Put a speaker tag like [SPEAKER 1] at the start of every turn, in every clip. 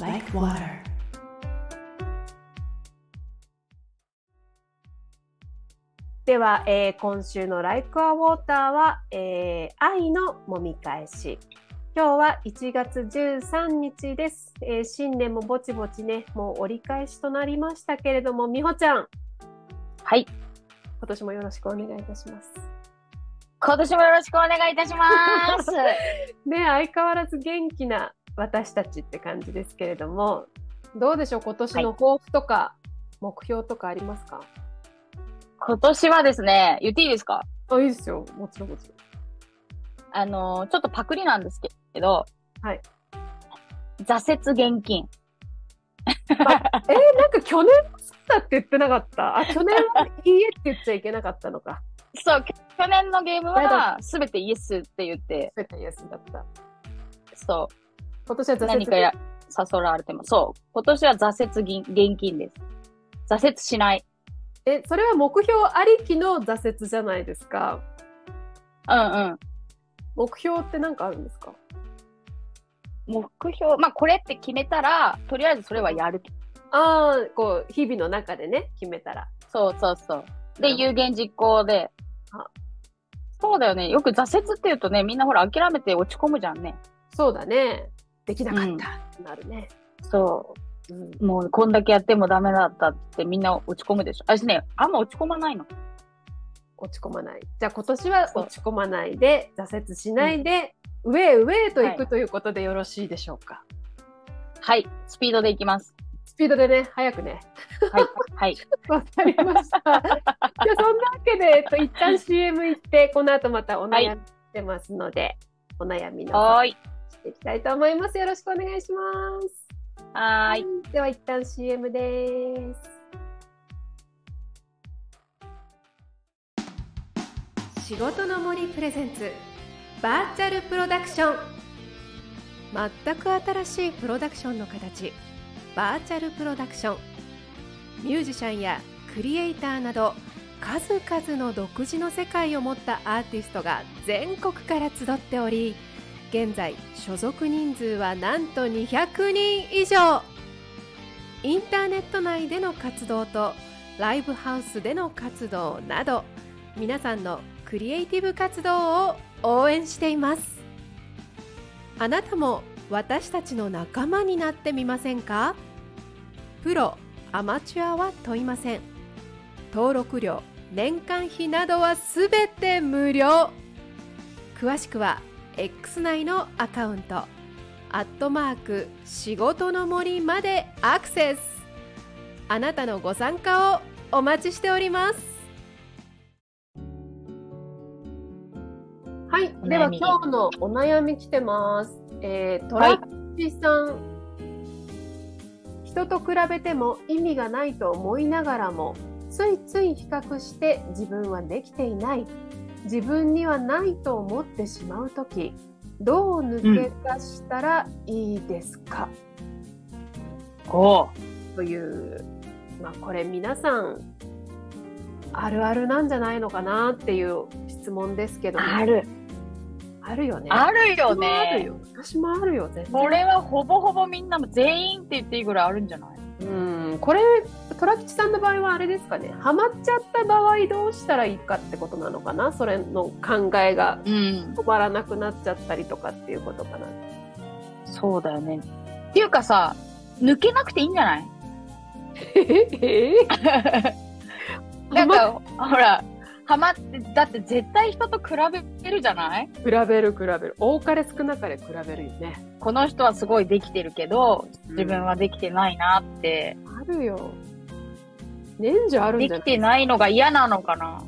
[SPEAKER 1] like water.
[SPEAKER 2] では、えー今週の「Like a Water は」えー愛のもみ返し」今日は1月13日です、えー新年もぼちぼちねもう折り返しとなりましたけれども美穂ちゃん
[SPEAKER 3] はい。
[SPEAKER 2] 今年もよろしくお願いいたします
[SPEAKER 3] 今年もよろしくお願いいた します。
[SPEAKER 2] ね相変わらず元気な私たちって感じですけれどもどうでしょう今年の抱負とか目標とかありますか、
[SPEAKER 3] 今年はですね、言っていいですか
[SPEAKER 2] あいいですよもちろんもちろん
[SPEAKER 3] あのーちょっとパクリなんですけど、
[SPEAKER 2] はい。
[SPEAKER 3] 挫折現金。
[SPEAKER 2] えーなんか去年もそうだって言ってなかったあ去年はいいえって言っちゃいけなかったのか
[SPEAKER 3] そう、き去年のゲームは、すべてイエスって言って、
[SPEAKER 2] 全てイエスだった。
[SPEAKER 3] そ
[SPEAKER 2] 今年は
[SPEAKER 3] う、
[SPEAKER 2] 挫折
[SPEAKER 3] 何かや、誘られても、そう、今年は挫折ぎ現金です。挫折しない。
[SPEAKER 2] え、それは目標ありきの挫折じゃないですか。
[SPEAKER 3] うんうん。
[SPEAKER 2] 目標って何かあるんですか
[SPEAKER 3] 目標、まあ、これって決めたら、とりあえずそれはやる。
[SPEAKER 2] ああ、こう、日々の中でね、決めたら。
[SPEAKER 3] そうそうそう。
[SPEAKER 2] な
[SPEAKER 3] で、
[SPEAKER 2] るほど
[SPEAKER 3] 有言実行で
[SPEAKER 2] あ。
[SPEAKER 3] そうだよね。よく挫折って言うとね、みんなほら諦めて落ち込むじゃんね。
[SPEAKER 2] そうだね。できなかったってなるね。
[SPEAKER 3] そ
[SPEAKER 2] うん。
[SPEAKER 3] う。もうこんだけやってもダメだったってみんな落ち込むでしょ。私ね、あんま落ち込まないの。
[SPEAKER 2] 落ち込まない。じゃあ今年は落ち込まないで、挫折しないで、上へ上へと行
[SPEAKER 3] は
[SPEAKER 2] くということでよろしいでしょうか。
[SPEAKER 3] はい。スピードでい きます。
[SPEAKER 2] スピードでね、早くね。
[SPEAKER 3] はい。はい。
[SPEAKER 2] わかりました。じゃあそんなわけで、えっと、一旦 CM 行って、この後またお悩みしてますので、お悩みの方
[SPEAKER 3] はーい。
[SPEAKER 2] していきたいと思います。よろしくお願いします。
[SPEAKER 3] はーい。。
[SPEAKER 2] では一旦 CM です。仕事の森プレゼンツバーチャルプロダクション全く新しいプロダクションの形バーチャルプロダクションミュージシャンやクリエイターなど数々の独自の世界を持ったアーティストが全国から集っており現在所属人数はなんと200人以上インターネット内での活動とライブハウスでの活動など皆さんのクリエイティブ活動を応援していますあなたも私たちの仲間になってみませんかプロアマチュアは問いません登録料年間費などはすべて無料詳しくは X 内のアカウント「アットマーク仕事の森」までアクセスあなたのご参加をお待ちしておりますはい
[SPEAKER 3] お悩み
[SPEAKER 2] では今日のお悩み来てますえー、ト
[SPEAKER 3] は
[SPEAKER 2] ラ
[SPEAKER 3] い
[SPEAKER 2] ッチさん、人と比べても意味がないと思いながらもついつい比較して自分はできていない自分にはないと思ってしまう時どう抜け出したらいいですか、
[SPEAKER 3] おー
[SPEAKER 2] という、まあ、これ皆さんあるあるなんじゃないのかなっていう質問ですけども
[SPEAKER 3] ある。
[SPEAKER 2] あるよね
[SPEAKER 3] あるよ
[SPEAKER 2] 私もある
[SPEAKER 3] ね。
[SPEAKER 2] よ私もあるよ全然
[SPEAKER 3] これはほぼほぼみんなも全員って言っていいぐらいあるんじゃない
[SPEAKER 2] うんこれ虎吉さんの場合はあれですかねハマっちゃった場合どうしたらいいかってことなのかなそれの考えが
[SPEAKER 3] うん。
[SPEAKER 2] 止まらなくなっちゃったりとかっていうことかな
[SPEAKER 3] そうだよね。っていうかさ、抜けなくていいんじゃない
[SPEAKER 2] え
[SPEAKER 3] なん か、ほら、ハマって、だって絶対人と比べてるじゃない
[SPEAKER 2] 比べる比べる多かれ少なかれ比べるよね
[SPEAKER 3] この人はすごいできてるけど、自分はできてないなって、
[SPEAKER 2] あるよ年中あるん
[SPEAKER 3] で
[SPEAKER 2] じゃな
[SPEAKER 3] き
[SPEAKER 2] い
[SPEAKER 3] てないのが嫌なのかな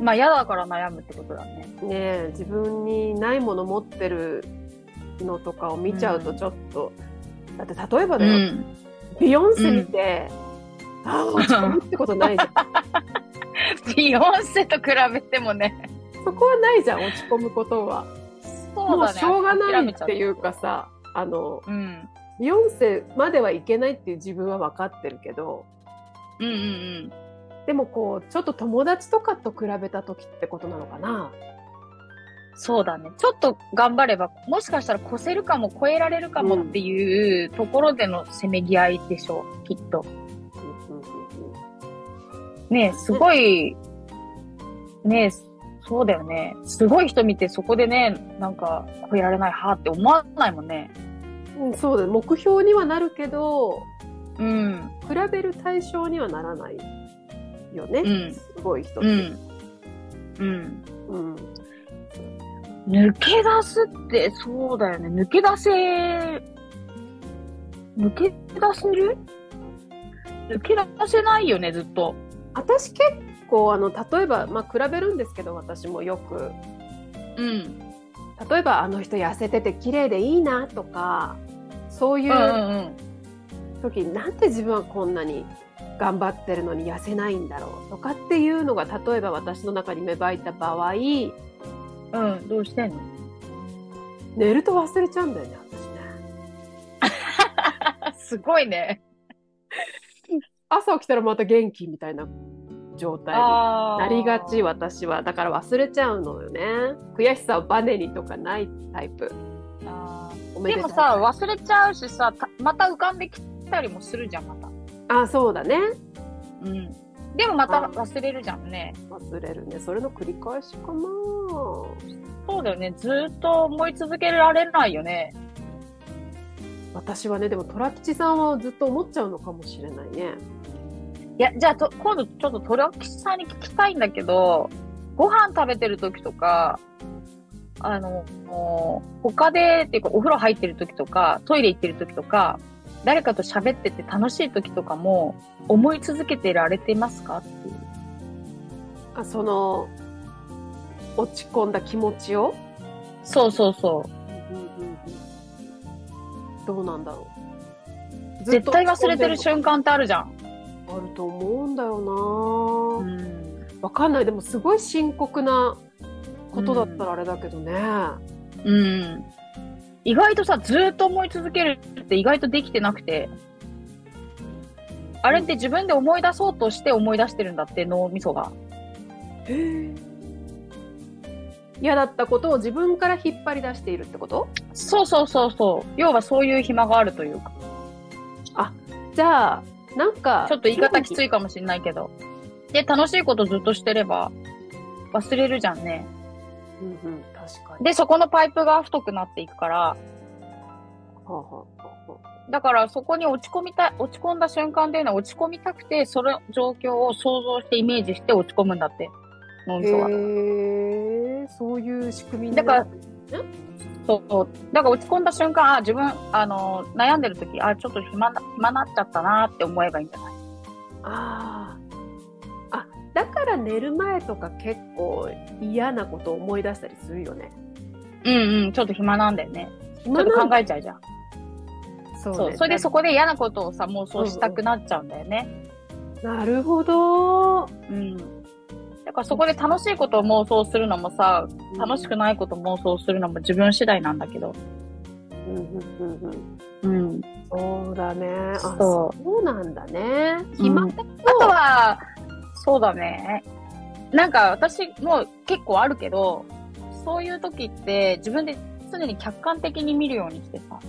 [SPEAKER 3] まあ嫌だから悩むってことだね。
[SPEAKER 2] ねえ自分にないもの持ってるのとかを見ちゃうとちょっと、だって例えば
[SPEAKER 3] う
[SPEAKER 2] ね、
[SPEAKER 3] ん。
[SPEAKER 2] ビヨンセ見て、ああ落ち込むってことないじ ゃん
[SPEAKER 3] ビヨンセと比べてもね。
[SPEAKER 2] そこはないじゃん落ち込むことは
[SPEAKER 3] そう
[SPEAKER 2] も
[SPEAKER 3] だ
[SPEAKER 2] う
[SPEAKER 3] ね。
[SPEAKER 2] しょうがな
[SPEAKER 3] 諦
[SPEAKER 2] い
[SPEAKER 3] めちゃ
[SPEAKER 2] っていうかさあの
[SPEAKER 3] う。うん。
[SPEAKER 2] ビヨンセまではいけないっていう自分は分かってるけど
[SPEAKER 3] うんうん
[SPEAKER 2] でもこうちょっと友達とかと比べた時ってことなのかな
[SPEAKER 3] うん。そうだね。ちょっと頑張れば、もしかしたら越せるかも、超えられるかもっていうところでのせめぎ合いでしょう、きっと。
[SPEAKER 2] うんうんうん
[SPEAKER 3] ねえ、すごい、ねえ、そうだよね。すごい人見て、そこでね、なんか、超えられない、はあって思わないもんね。
[SPEAKER 2] うん、そうだね目標にはなるけど
[SPEAKER 3] うん、
[SPEAKER 2] 比べる対象にはならないよね、
[SPEAKER 3] うん
[SPEAKER 2] すごい人っ
[SPEAKER 3] う
[SPEAKER 2] て、
[SPEAKER 3] ん、うん。
[SPEAKER 2] うん
[SPEAKER 3] 抜け出すって、そうだよね。抜け出せ、抜け出せる抜け出せないよね、ずっと。
[SPEAKER 2] 私結構あの例えば、まあ、比べるんですけど私もよく
[SPEAKER 3] うん。
[SPEAKER 2] 例えばあの人痩せてて綺麗でいいなとかそう
[SPEAKER 3] う
[SPEAKER 2] い
[SPEAKER 3] んう
[SPEAKER 2] うん
[SPEAKER 3] うん。
[SPEAKER 2] 時に、なんで自分はこんなに頑張ってるのに痩せないんだろうとかっていうのが例えば私の中に芽生えた場合寝
[SPEAKER 3] うん、どうしてんの
[SPEAKER 2] ると忘れちゃうんだよね私ね
[SPEAKER 3] すごいね。
[SPEAKER 2] 朝起きたらまた元気みたいな状態に
[SPEAKER 3] あー
[SPEAKER 2] なりがち。私はだから忘れちゃうのよね悔しさをバネにとかないタイプ
[SPEAKER 3] あ
[SPEAKER 2] お
[SPEAKER 3] ー
[SPEAKER 2] め
[SPEAKER 3] で
[SPEAKER 2] でた
[SPEAKER 3] も
[SPEAKER 2] い
[SPEAKER 3] さ、忘れちゃうしさ、たまた浮かんできたりもするじゃん、また。
[SPEAKER 2] あそうだね
[SPEAKER 3] うん。でもまた
[SPEAKER 2] あ
[SPEAKER 3] 忘れるじゃんね。
[SPEAKER 2] 忘れるねそれの繰り返しかな
[SPEAKER 3] そうだよね。ずーっと思い続けられないよね。
[SPEAKER 2] 私はねでも虎吉さんはずっと思っちゃうのかもしれないね
[SPEAKER 3] いや、じゃあと、今度ちょっとトラキシさんに聞きたいんだけど、ご飯食べてる時とか、あの、もう他で、っていうかお風呂入ってる時とか、トイレ行ってる時とか、誰かと喋ってて楽しい時とかも、思い続けてられてますかっていう。
[SPEAKER 2] あその落ち込んだ気持ちを、
[SPEAKER 3] そうそうそう。
[SPEAKER 2] どうなんだろうずっ
[SPEAKER 3] 絶
[SPEAKER 2] と
[SPEAKER 3] 対忘れてる
[SPEAKER 2] 落ち込ん
[SPEAKER 3] 瞬間ってあるじゃん。
[SPEAKER 2] でるあると思うんだよな
[SPEAKER 3] うん。
[SPEAKER 2] わかんないでもすごい深刻なことだったらあれだけどね、
[SPEAKER 3] うん。意外とさ、ずーっと思い続けるって意外とできてなくて、あれって自分で思い出そうとして思い出してるんだって、脳みそが。
[SPEAKER 2] 嫌だったことを自分から引っ張り出しているってこと
[SPEAKER 3] そうそうそうそう。要はそういう暇があるというか。
[SPEAKER 2] じゃあなんか
[SPEAKER 3] ちょっと言い方きつ
[SPEAKER 2] い
[SPEAKER 3] いかもしれないけど。で、楽しいことずっとしてれば忘れるじゃんね。
[SPEAKER 2] うんうん確かに
[SPEAKER 3] で、そこのパイプが太くなっていくから、
[SPEAKER 2] はあはあはあはあ
[SPEAKER 3] だからそこに落ち込みたい、落ち込んだ瞬間っていうのは落ち込みたくて、その状況を想像してイメージして落ち込むんだって。脳み
[SPEAKER 2] へ
[SPEAKER 3] そは。
[SPEAKER 2] えそういう仕組みに
[SPEAKER 3] だから
[SPEAKER 2] なってる
[SPEAKER 3] そうそう。だから落ち込んだ瞬間、あ、自分、あの、悩んでる時、あ、ちょっと暇な、暇なっちゃったなって思えばいいんじゃない
[SPEAKER 2] あああだから寝る前とか結構嫌なことを思い出したりするよね
[SPEAKER 3] うんうん、ちょっと暇なんだよね。ちょっと考えちゃうじゃん。
[SPEAKER 2] そうね
[SPEAKER 3] そう、それでそこで嫌なことをさ、妄想したくなっちゃうんだよね。
[SPEAKER 2] なるほど
[SPEAKER 3] うん。だからそこで楽しいことを妄想するのもさ、楽しくないことを妄想するのも自分次第なんだけど。
[SPEAKER 2] うんうんうんうん
[SPEAKER 3] うん。
[SPEAKER 2] そうだねあ
[SPEAKER 3] そ
[SPEAKER 2] そうなんだね暇だと、
[SPEAKER 3] あとは、そうだね。なんか私も結構あるけど、そういう時って自分で常に客観的に見るようにしてさ、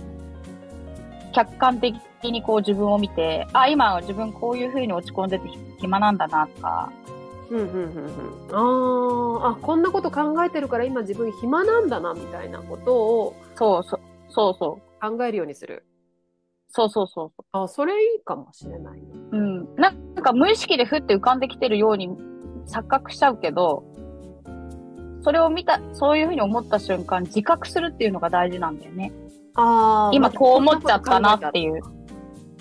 [SPEAKER 3] 客観的にこう自分を見て、あ、今は自分こういう風に落ち込んでて暇なんだなとか、
[SPEAKER 2] うんうんうんうん、あーあこんなこと考えてるから今自分暇なんだなみたいなことを
[SPEAKER 3] そうそう、そうそう。
[SPEAKER 2] 考えるようにする
[SPEAKER 3] そうそうそうそ。
[SPEAKER 2] あそれいいかもしれないう
[SPEAKER 3] うん。なんか無意識でふって浮かんできてるように錯覚しちゃうけど、それを見た、そういうふうに思った瞬間、自覚するっていうのが大事なんだよね。
[SPEAKER 2] あー
[SPEAKER 3] 今
[SPEAKER 2] また
[SPEAKER 3] こう思っちゃったなって
[SPEAKER 2] う
[SPEAKER 3] いう。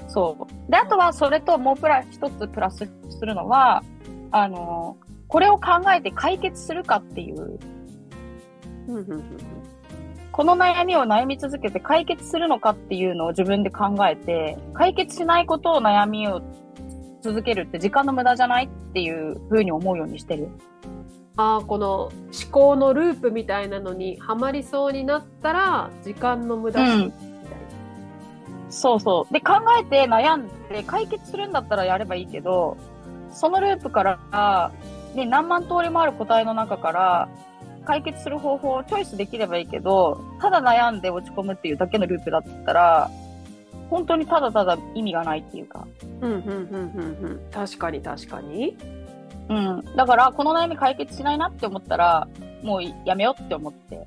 [SPEAKER 3] そう。で、あとはそれともうプラス、一つプラスするのは、あの、これを考えて解決するかってい
[SPEAKER 2] ん
[SPEAKER 3] う、
[SPEAKER 2] うんうん
[SPEAKER 3] この悩みを悩み続けて解決するのかっていうのを自分で考えて、解決しないことを悩みを続けるって時間の無駄じゃないっていうふうに思うようにしてる。
[SPEAKER 2] あーこの思考のループみたいなのにはまりそうになったら時間の無駄、
[SPEAKER 3] うんそうそう。で、考えて悩んで解決するんだったらやればいいけど、そのループから、ね、何万通りもある答えの中から、解決する方法をチョイスできればいいけど、ただ悩んで落ち込むっていうだけのループだったら、本当にただただ意味がないっていうか。
[SPEAKER 2] うんうんうんうんうん確かに確かに
[SPEAKER 3] うん。だから、この悩み解決しないなって思ったら、もうやめようって思って。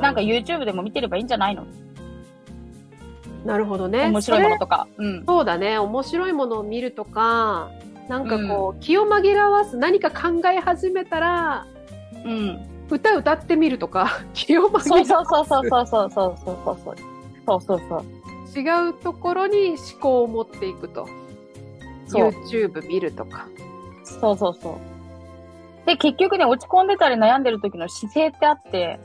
[SPEAKER 3] なんか YouTube でも見てればいいんじゃないの
[SPEAKER 2] なるほどね
[SPEAKER 3] 面白いも
[SPEAKER 2] それ
[SPEAKER 3] のとか。うん。
[SPEAKER 2] そうだね面白いものを見るとかなんかこう、気を紛らわす何か考え始めたら
[SPEAKER 3] うん。
[SPEAKER 2] 歌歌ってみるとか 気を紛らわす
[SPEAKER 3] そうそうそうそうそうそうそうそうそう。そうそうそう。
[SPEAKER 2] 違うところに思考を持っていくと
[SPEAKER 3] そう
[SPEAKER 2] YouTube 見るとか
[SPEAKER 3] そうそうそう。で、結局ね、落ち込んでたり悩んでる時の姿勢ってあって、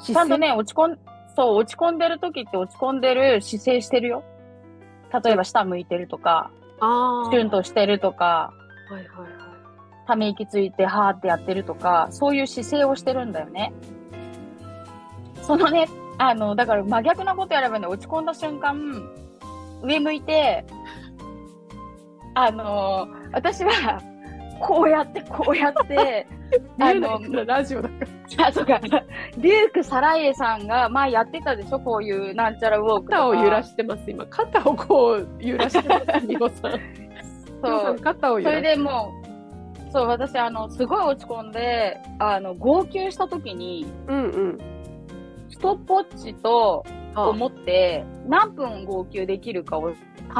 [SPEAKER 3] ちゃんとね、落ち込ん、そう、落ち込んでる時って落ち込んでる姿勢してるよ。例えば下向いてるとか、
[SPEAKER 2] ああ
[SPEAKER 3] シュンとしてるとか、
[SPEAKER 2] はいはいはい
[SPEAKER 3] ため息ついてはーってやってるとか、そういう姿勢をしてるんだよね。そのね、あの、だから真逆なことやればね、落ち込んだ瞬間、上向いて、あの、私は、こうやって、こう やって、あの、
[SPEAKER 2] ラジオだから
[SPEAKER 3] あ、そうか。リューク・サライエさんが前やってたでしょこういうなんちゃらウォークとか。
[SPEAKER 2] 肩を揺らしてます今肩をこう揺らして ます美穂さん美穂
[SPEAKER 3] そ
[SPEAKER 2] さん
[SPEAKER 3] う。
[SPEAKER 2] 肩を
[SPEAKER 3] そ
[SPEAKER 2] 揺らし
[SPEAKER 3] れ
[SPEAKER 2] て
[SPEAKER 3] でもう、そう、私、あの、すごい落ち込んで、あの、号泣した時に、
[SPEAKER 2] うんうん
[SPEAKER 3] ストップウォッチと思って、何分号泣できるかを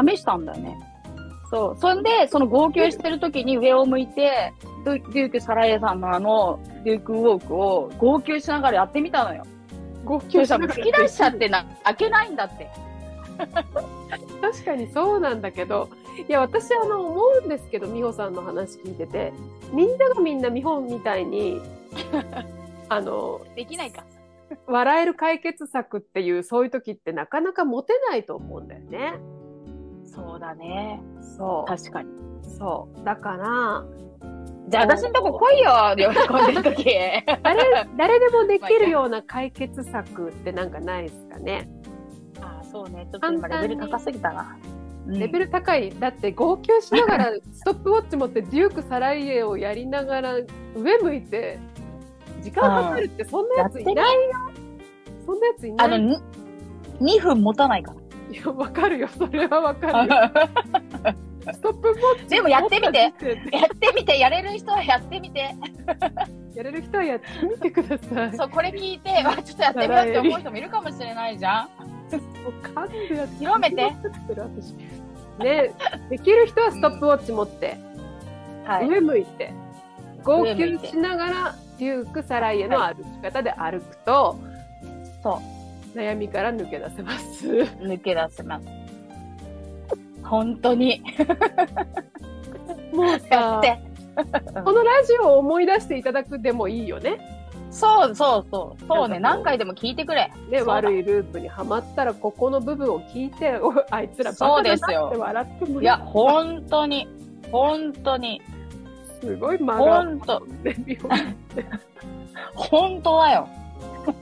[SPEAKER 3] 試したんだよね。そう。そんで、その号泣してる時に上を向いて、ドリューク・サライエさんのあの、リューク・ウォークを号泣しながらやってみたのよ。
[SPEAKER 2] 号
[SPEAKER 3] そ
[SPEAKER 2] 泣
[SPEAKER 3] し
[SPEAKER 2] したからら
[SPEAKER 3] たもう吹き出しちゃってな、開けないんだって。
[SPEAKER 2] 確かにそうなんだけどいや私あの思うんですけど美穂さんの話聞いててみんながみんな美穂みたいに あの
[SPEAKER 3] できないか。
[SPEAKER 2] 笑える解決策っていうそういう時ってなかなか持てないと思うんだよね。
[SPEAKER 3] そうだね。
[SPEAKER 2] そ
[SPEAKER 3] 確かに。
[SPEAKER 2] うそうだから
[SPEAKER 3] じゃあ私のとこ来いよ、で喜んでるとき。
[SPEAKER 2] 誰誰でもできるような解決策ってなんかないですかね。
[SPEAKER 3] ああ、そうね。ちょっと今レベル高すぎたな。
[SPEAKER 2] レベ
[SPEAKER 3] ル
[SPEAKER 2] ル高いだって号泣しながらストップウォッチ持ってデューク・サライエをやりながら上向いて時間かかるってそんなやついない
[SPEAKER 3] いよ。
[SPEAKER 2] そんなやつい
[SPEAKER 3] あ
[SPEAKER 2] な
[SPEAKER 3] の、
[SPEAKER 2] い。
[SPEAKER 3] に2分持たないか
[SPEAKER 2] いや、わかるよ。それはわかるよ。
[SPEAKER 3] ら。
[SPEAKER 2] ストップウォッチ。
[SPEAKER 3] でもやってみて。
[SPEAKER 2] て。
[SPEAKER 3] やってみて、やれる人はやってみて。
[SPEAKER 2] やれる人はやってみてください。
[SPEAKER 3] そう、これ聞いて、わちょっとやってみようって思う人もいるかもしれないじゃん。
[SPEAKER 2] 噛んでやって
[SPEAKER 3] 広めて。
[SPEAKER 2] 私ね、できる人はストップウォッチ持って、
[SPEAKER 3] はい。
[SPEAKER 2] 上向いて、号泣しながら、デューク・サライエの歩き方で歩くと、
[SPEAKER 3] そ
[SPEAKER 2] 悩みから抜け出せます。
[SPEAKER 3] う、抜け出せます。本当に。
[SPEAKER 2] もう
[SPEAKER 3] や
[SPEAKER 2] さ
[SPEAKER 3] っ、て。
[SPEAKER 2] このラジオを思い出していただくでもいいよね。
[SPEAKER 3] そうそうそう。そうね。
[SPEAKER 2] なんかこう
[SPEAKER 3] 何回でも聞いてくれ。
[SPEAKER 2] ね、
[SPEAKER 3] そうだ
[SPEAKER 2] 悪いループにはまったらここの部分を聞いておあいつらバカだなって笑っても
[SPEAKER 3] いや、本当に。本当に。
[SPEAKER 2] すごい間が
[SPEAKER 3] 本当。
[SPEAKER 2] ね美穂さん
[SPEAKER 3] 本当だよ。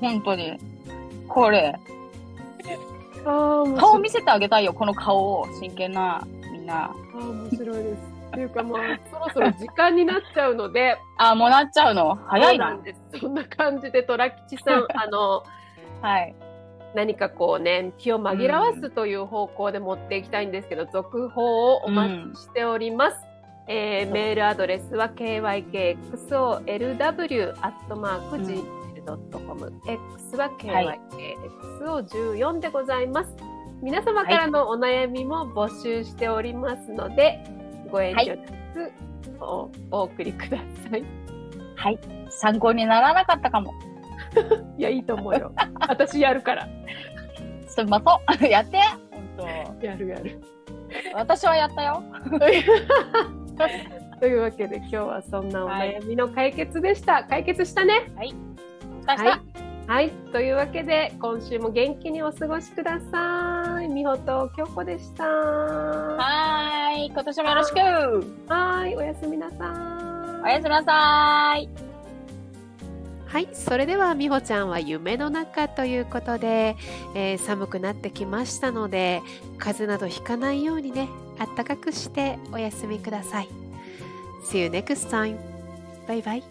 [SPEAKER 3] 本当に。これ。
[SPEAKER 2] あー面
[SPEAKER 3] 顔
[SPEAKER 2] 白い
[SPEAKER 3] 見せてあげたいよ、この顔を。真剣な、みんな。
[SPEAKER 2] あー面白いですっていうかまあそろそろ時間になっちゃうので
[SPEAKER 3] あ、もうなっちゃうの。早
[SPEAKER 2] そ
[SPEAKER 3] い
[SPEAKER 2] う
[SPEAKER 3] な
[SPEAKER 2] なん。ですそんな感じでトラ吉 さんあの
[SPEAKER 3] はい。
[SPEAKER 2] 何かこうね気を紛らわすという方向で持っていきたいんですけど、続報をお待ちしております。えーメールアドレスは kykxolw.gmail.com、x は kykxo14 でございます。皆様からのお悩みも募集しておりますので、ご遠慮なくお,、お送りください。
[SPEAKER 3] 参考にならなかったかも。
[SPEAKER 2] いや、いいと思う よ。私やるから。
[SPEAKER 3] すんまそう。 やって。本
[SPEAKER 2] やるやる。
[SPEAKER 3] 当。私はやったよ。
[SPEAKER 2] というわけで今日はそんなお悩みの解決でした、解決したね
[SPEAKER 3] 明日。
[SPEAKER 2] はいはいというわけで今週も元気にお過ごしくださいみほと京子でしたは
[SPEAKER 3] はーい。今年もよろしく。
[SPEAKER 2] いおやすみなさ
[SPEAKER 3] おやすみなさーい。
[SPEAKER 4] はい、それでは美穂ちゃんは夢の中ということで、えー寒くなってきましたので風邪などひかないようにねあったかくしてお休みください。See you next time. バイバイ。